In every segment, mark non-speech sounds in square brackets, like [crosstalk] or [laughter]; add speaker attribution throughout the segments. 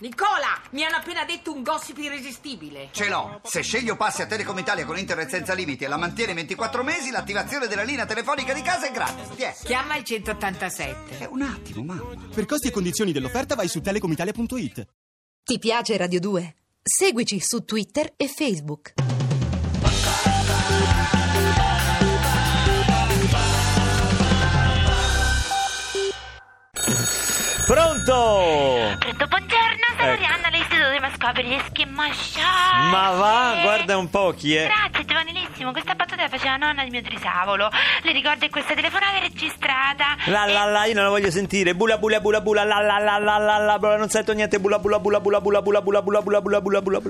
Speaker 1: Nicola, mi hanno appena detto un gossip irresistibile.
Speaker 2: Ce l'ho. Se sceglio passi a Telecom Italia con internet senza limiti e la mantieni 24 mesi, l'attivazione della linea telefonica di casa è gratis. Tiè.
Speaker 1: Chiama il 187.
Speaker 2: Eh, un attimo, mamma.
Speaker 3: Per costi e condizioni dell'offerta vai su telecomitalia.it.
Speaker 4: Ti piace Radio 2? Seguici su Twitter e Facebook.
Speaker 5: Pronto?
Speaker 6: Pronto, buongiorno, Eh, sono
Speaker 5: Ecco.
Speaker 6: Rihanna dell'Istituto di Mascua per gli schiammasciati.
Speaker 5: Ma va, guarda un po' chi è.
Speaker 6: Grazie, giovanilissimo, questa battuta la faceva nonna di mio trisavolo. Le ricordo che questa telefonata è registrata.
Speaker 5: La la la, io non la voglio sentire. Bula bula bula bula la la la la la la bula, non sento niente. Bula bula bula bula bula bula bula bula bula bula bula bula.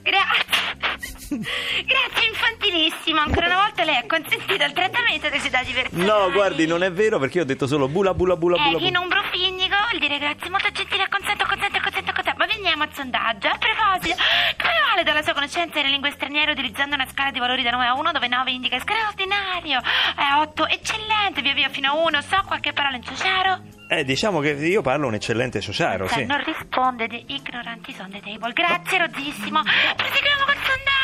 Speaker 6: Grazie. [laughs] Grazie, infantilissimo. Ancora una volta lei ha consentito il trattamento dei sedati personali.
Speaker 5: No, guardi, non è vero perché io ho detto solo bula bula bula
Speaker 6: Eh,
Speaker 5: bula.
Speaker 6: chi
Speaker 5: bula.
Speaker 6: non brufignico vuol dire grazie, molto gentile, consento, consento, consento, consento. Ma veniamo al sondaggio. A proposito, come valida la sua conoscenza delle lingue straniere utilizzando una scala di valori da 9 a 1 dove 9 indica straordinario, eh, 8 eccellente, via via fino a 1, so qualche parola in sociaro?
Speaker 5: Eh, diciamo che io parlo un eccellente sociaro,
Speaker 6: Se
Speaker 5: sì.
Speaker 6: Cioè, non risponde di ignoranti son the table. Grazie, rozzissimo. Proseguiamo col sondaggio.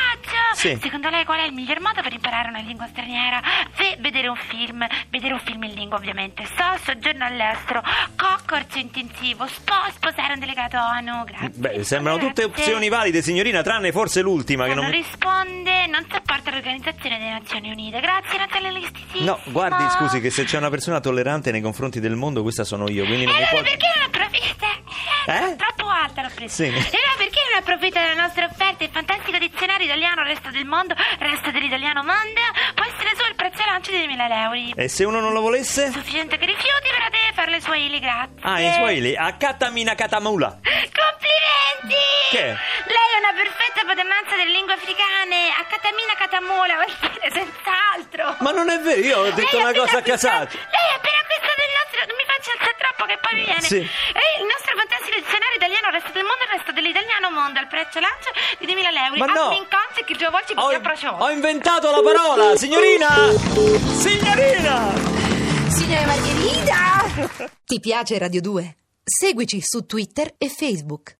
Speaker 5: Sì.
Speaker 6: Secondo lei qual è il miglior modo per imparare una lingua straniera? Se vedere un film, vedere un film in lingua ovviamente, so, soggiorno all'estero, concorso intensivo, spo, sposare un delegato ONU, grazie.
Speaker 5: Beh, sembrano tutte
Speaker 6: Grazie.
Speaker 5: opzioni valide, signorina, tranne forse l'ultima che
Speaker 6: Se non
Speaker 5: non
Speaker 6: risponde, non sopporta l'Organizzazione delle Nazioni Unite. Grazie, nazionalistissimo.
Speaker 5: No, guardi, scusi che se c'è una persona tollerante nei confronti del mondo, questa sono io, quindi
Speaker 6: E
Speaker 5: non mi
Speaker 6: allora
Speaker 5: può
Speaker 6: perché non approfitta?
Speaker 5: Eh?
Speaker 6: Troppo alta l'ho
Speaker 5: Sì.
Speaker 6: presa. E allora perché non approfitta della nostra offerta? Il fantastico dizionario italiano Resto del mondo, Resto dell'italiano mondo, può essere suo il prezzo lancio di 2000 euro.
Speaker 5: E se uno non lo volesse?
Speaker 6: Sufficiente che rifiuti, però deve fare le sue ili, grazie.
Speaker 5: Ah, in Swahili, akatamina katamula.
Speaker 6: Complimenti!
Speaker 5: Che?
Speaker 6: Lei è una perfetta pademanza delle lingue africane, a catamina catamola, vuol dire senz'altro.
Speaker 5: Ma non è vero, io ho detto
Speaker 6: Lei ha
Speaker 5: una
Speaker 6: appena
Speaker 5: cosa a casaccio.
Speaker 6: acquistato- Lei ha appena acquistato il nostro. Non mi faccia alzare troppo, che poi mi viene.
Speaker 5: Sì.
Speaker 6: E il nostro fantastico dizionario italiano, il resto del mondo, il resto dell'italiano mondo, al prezzo lancio di 2000 euro.
Speaker 5: Ma no!
Speaker 6: in conto che il tuo voce
Speaker 5: Ho,
Speaker 6: mi approccio.
Speaker 5: ho inventato la parola, signorina! Signorina!
Speaker 4: Signora Margherita! Ti piace Radio 2? Seguici su Twitter e Facebook.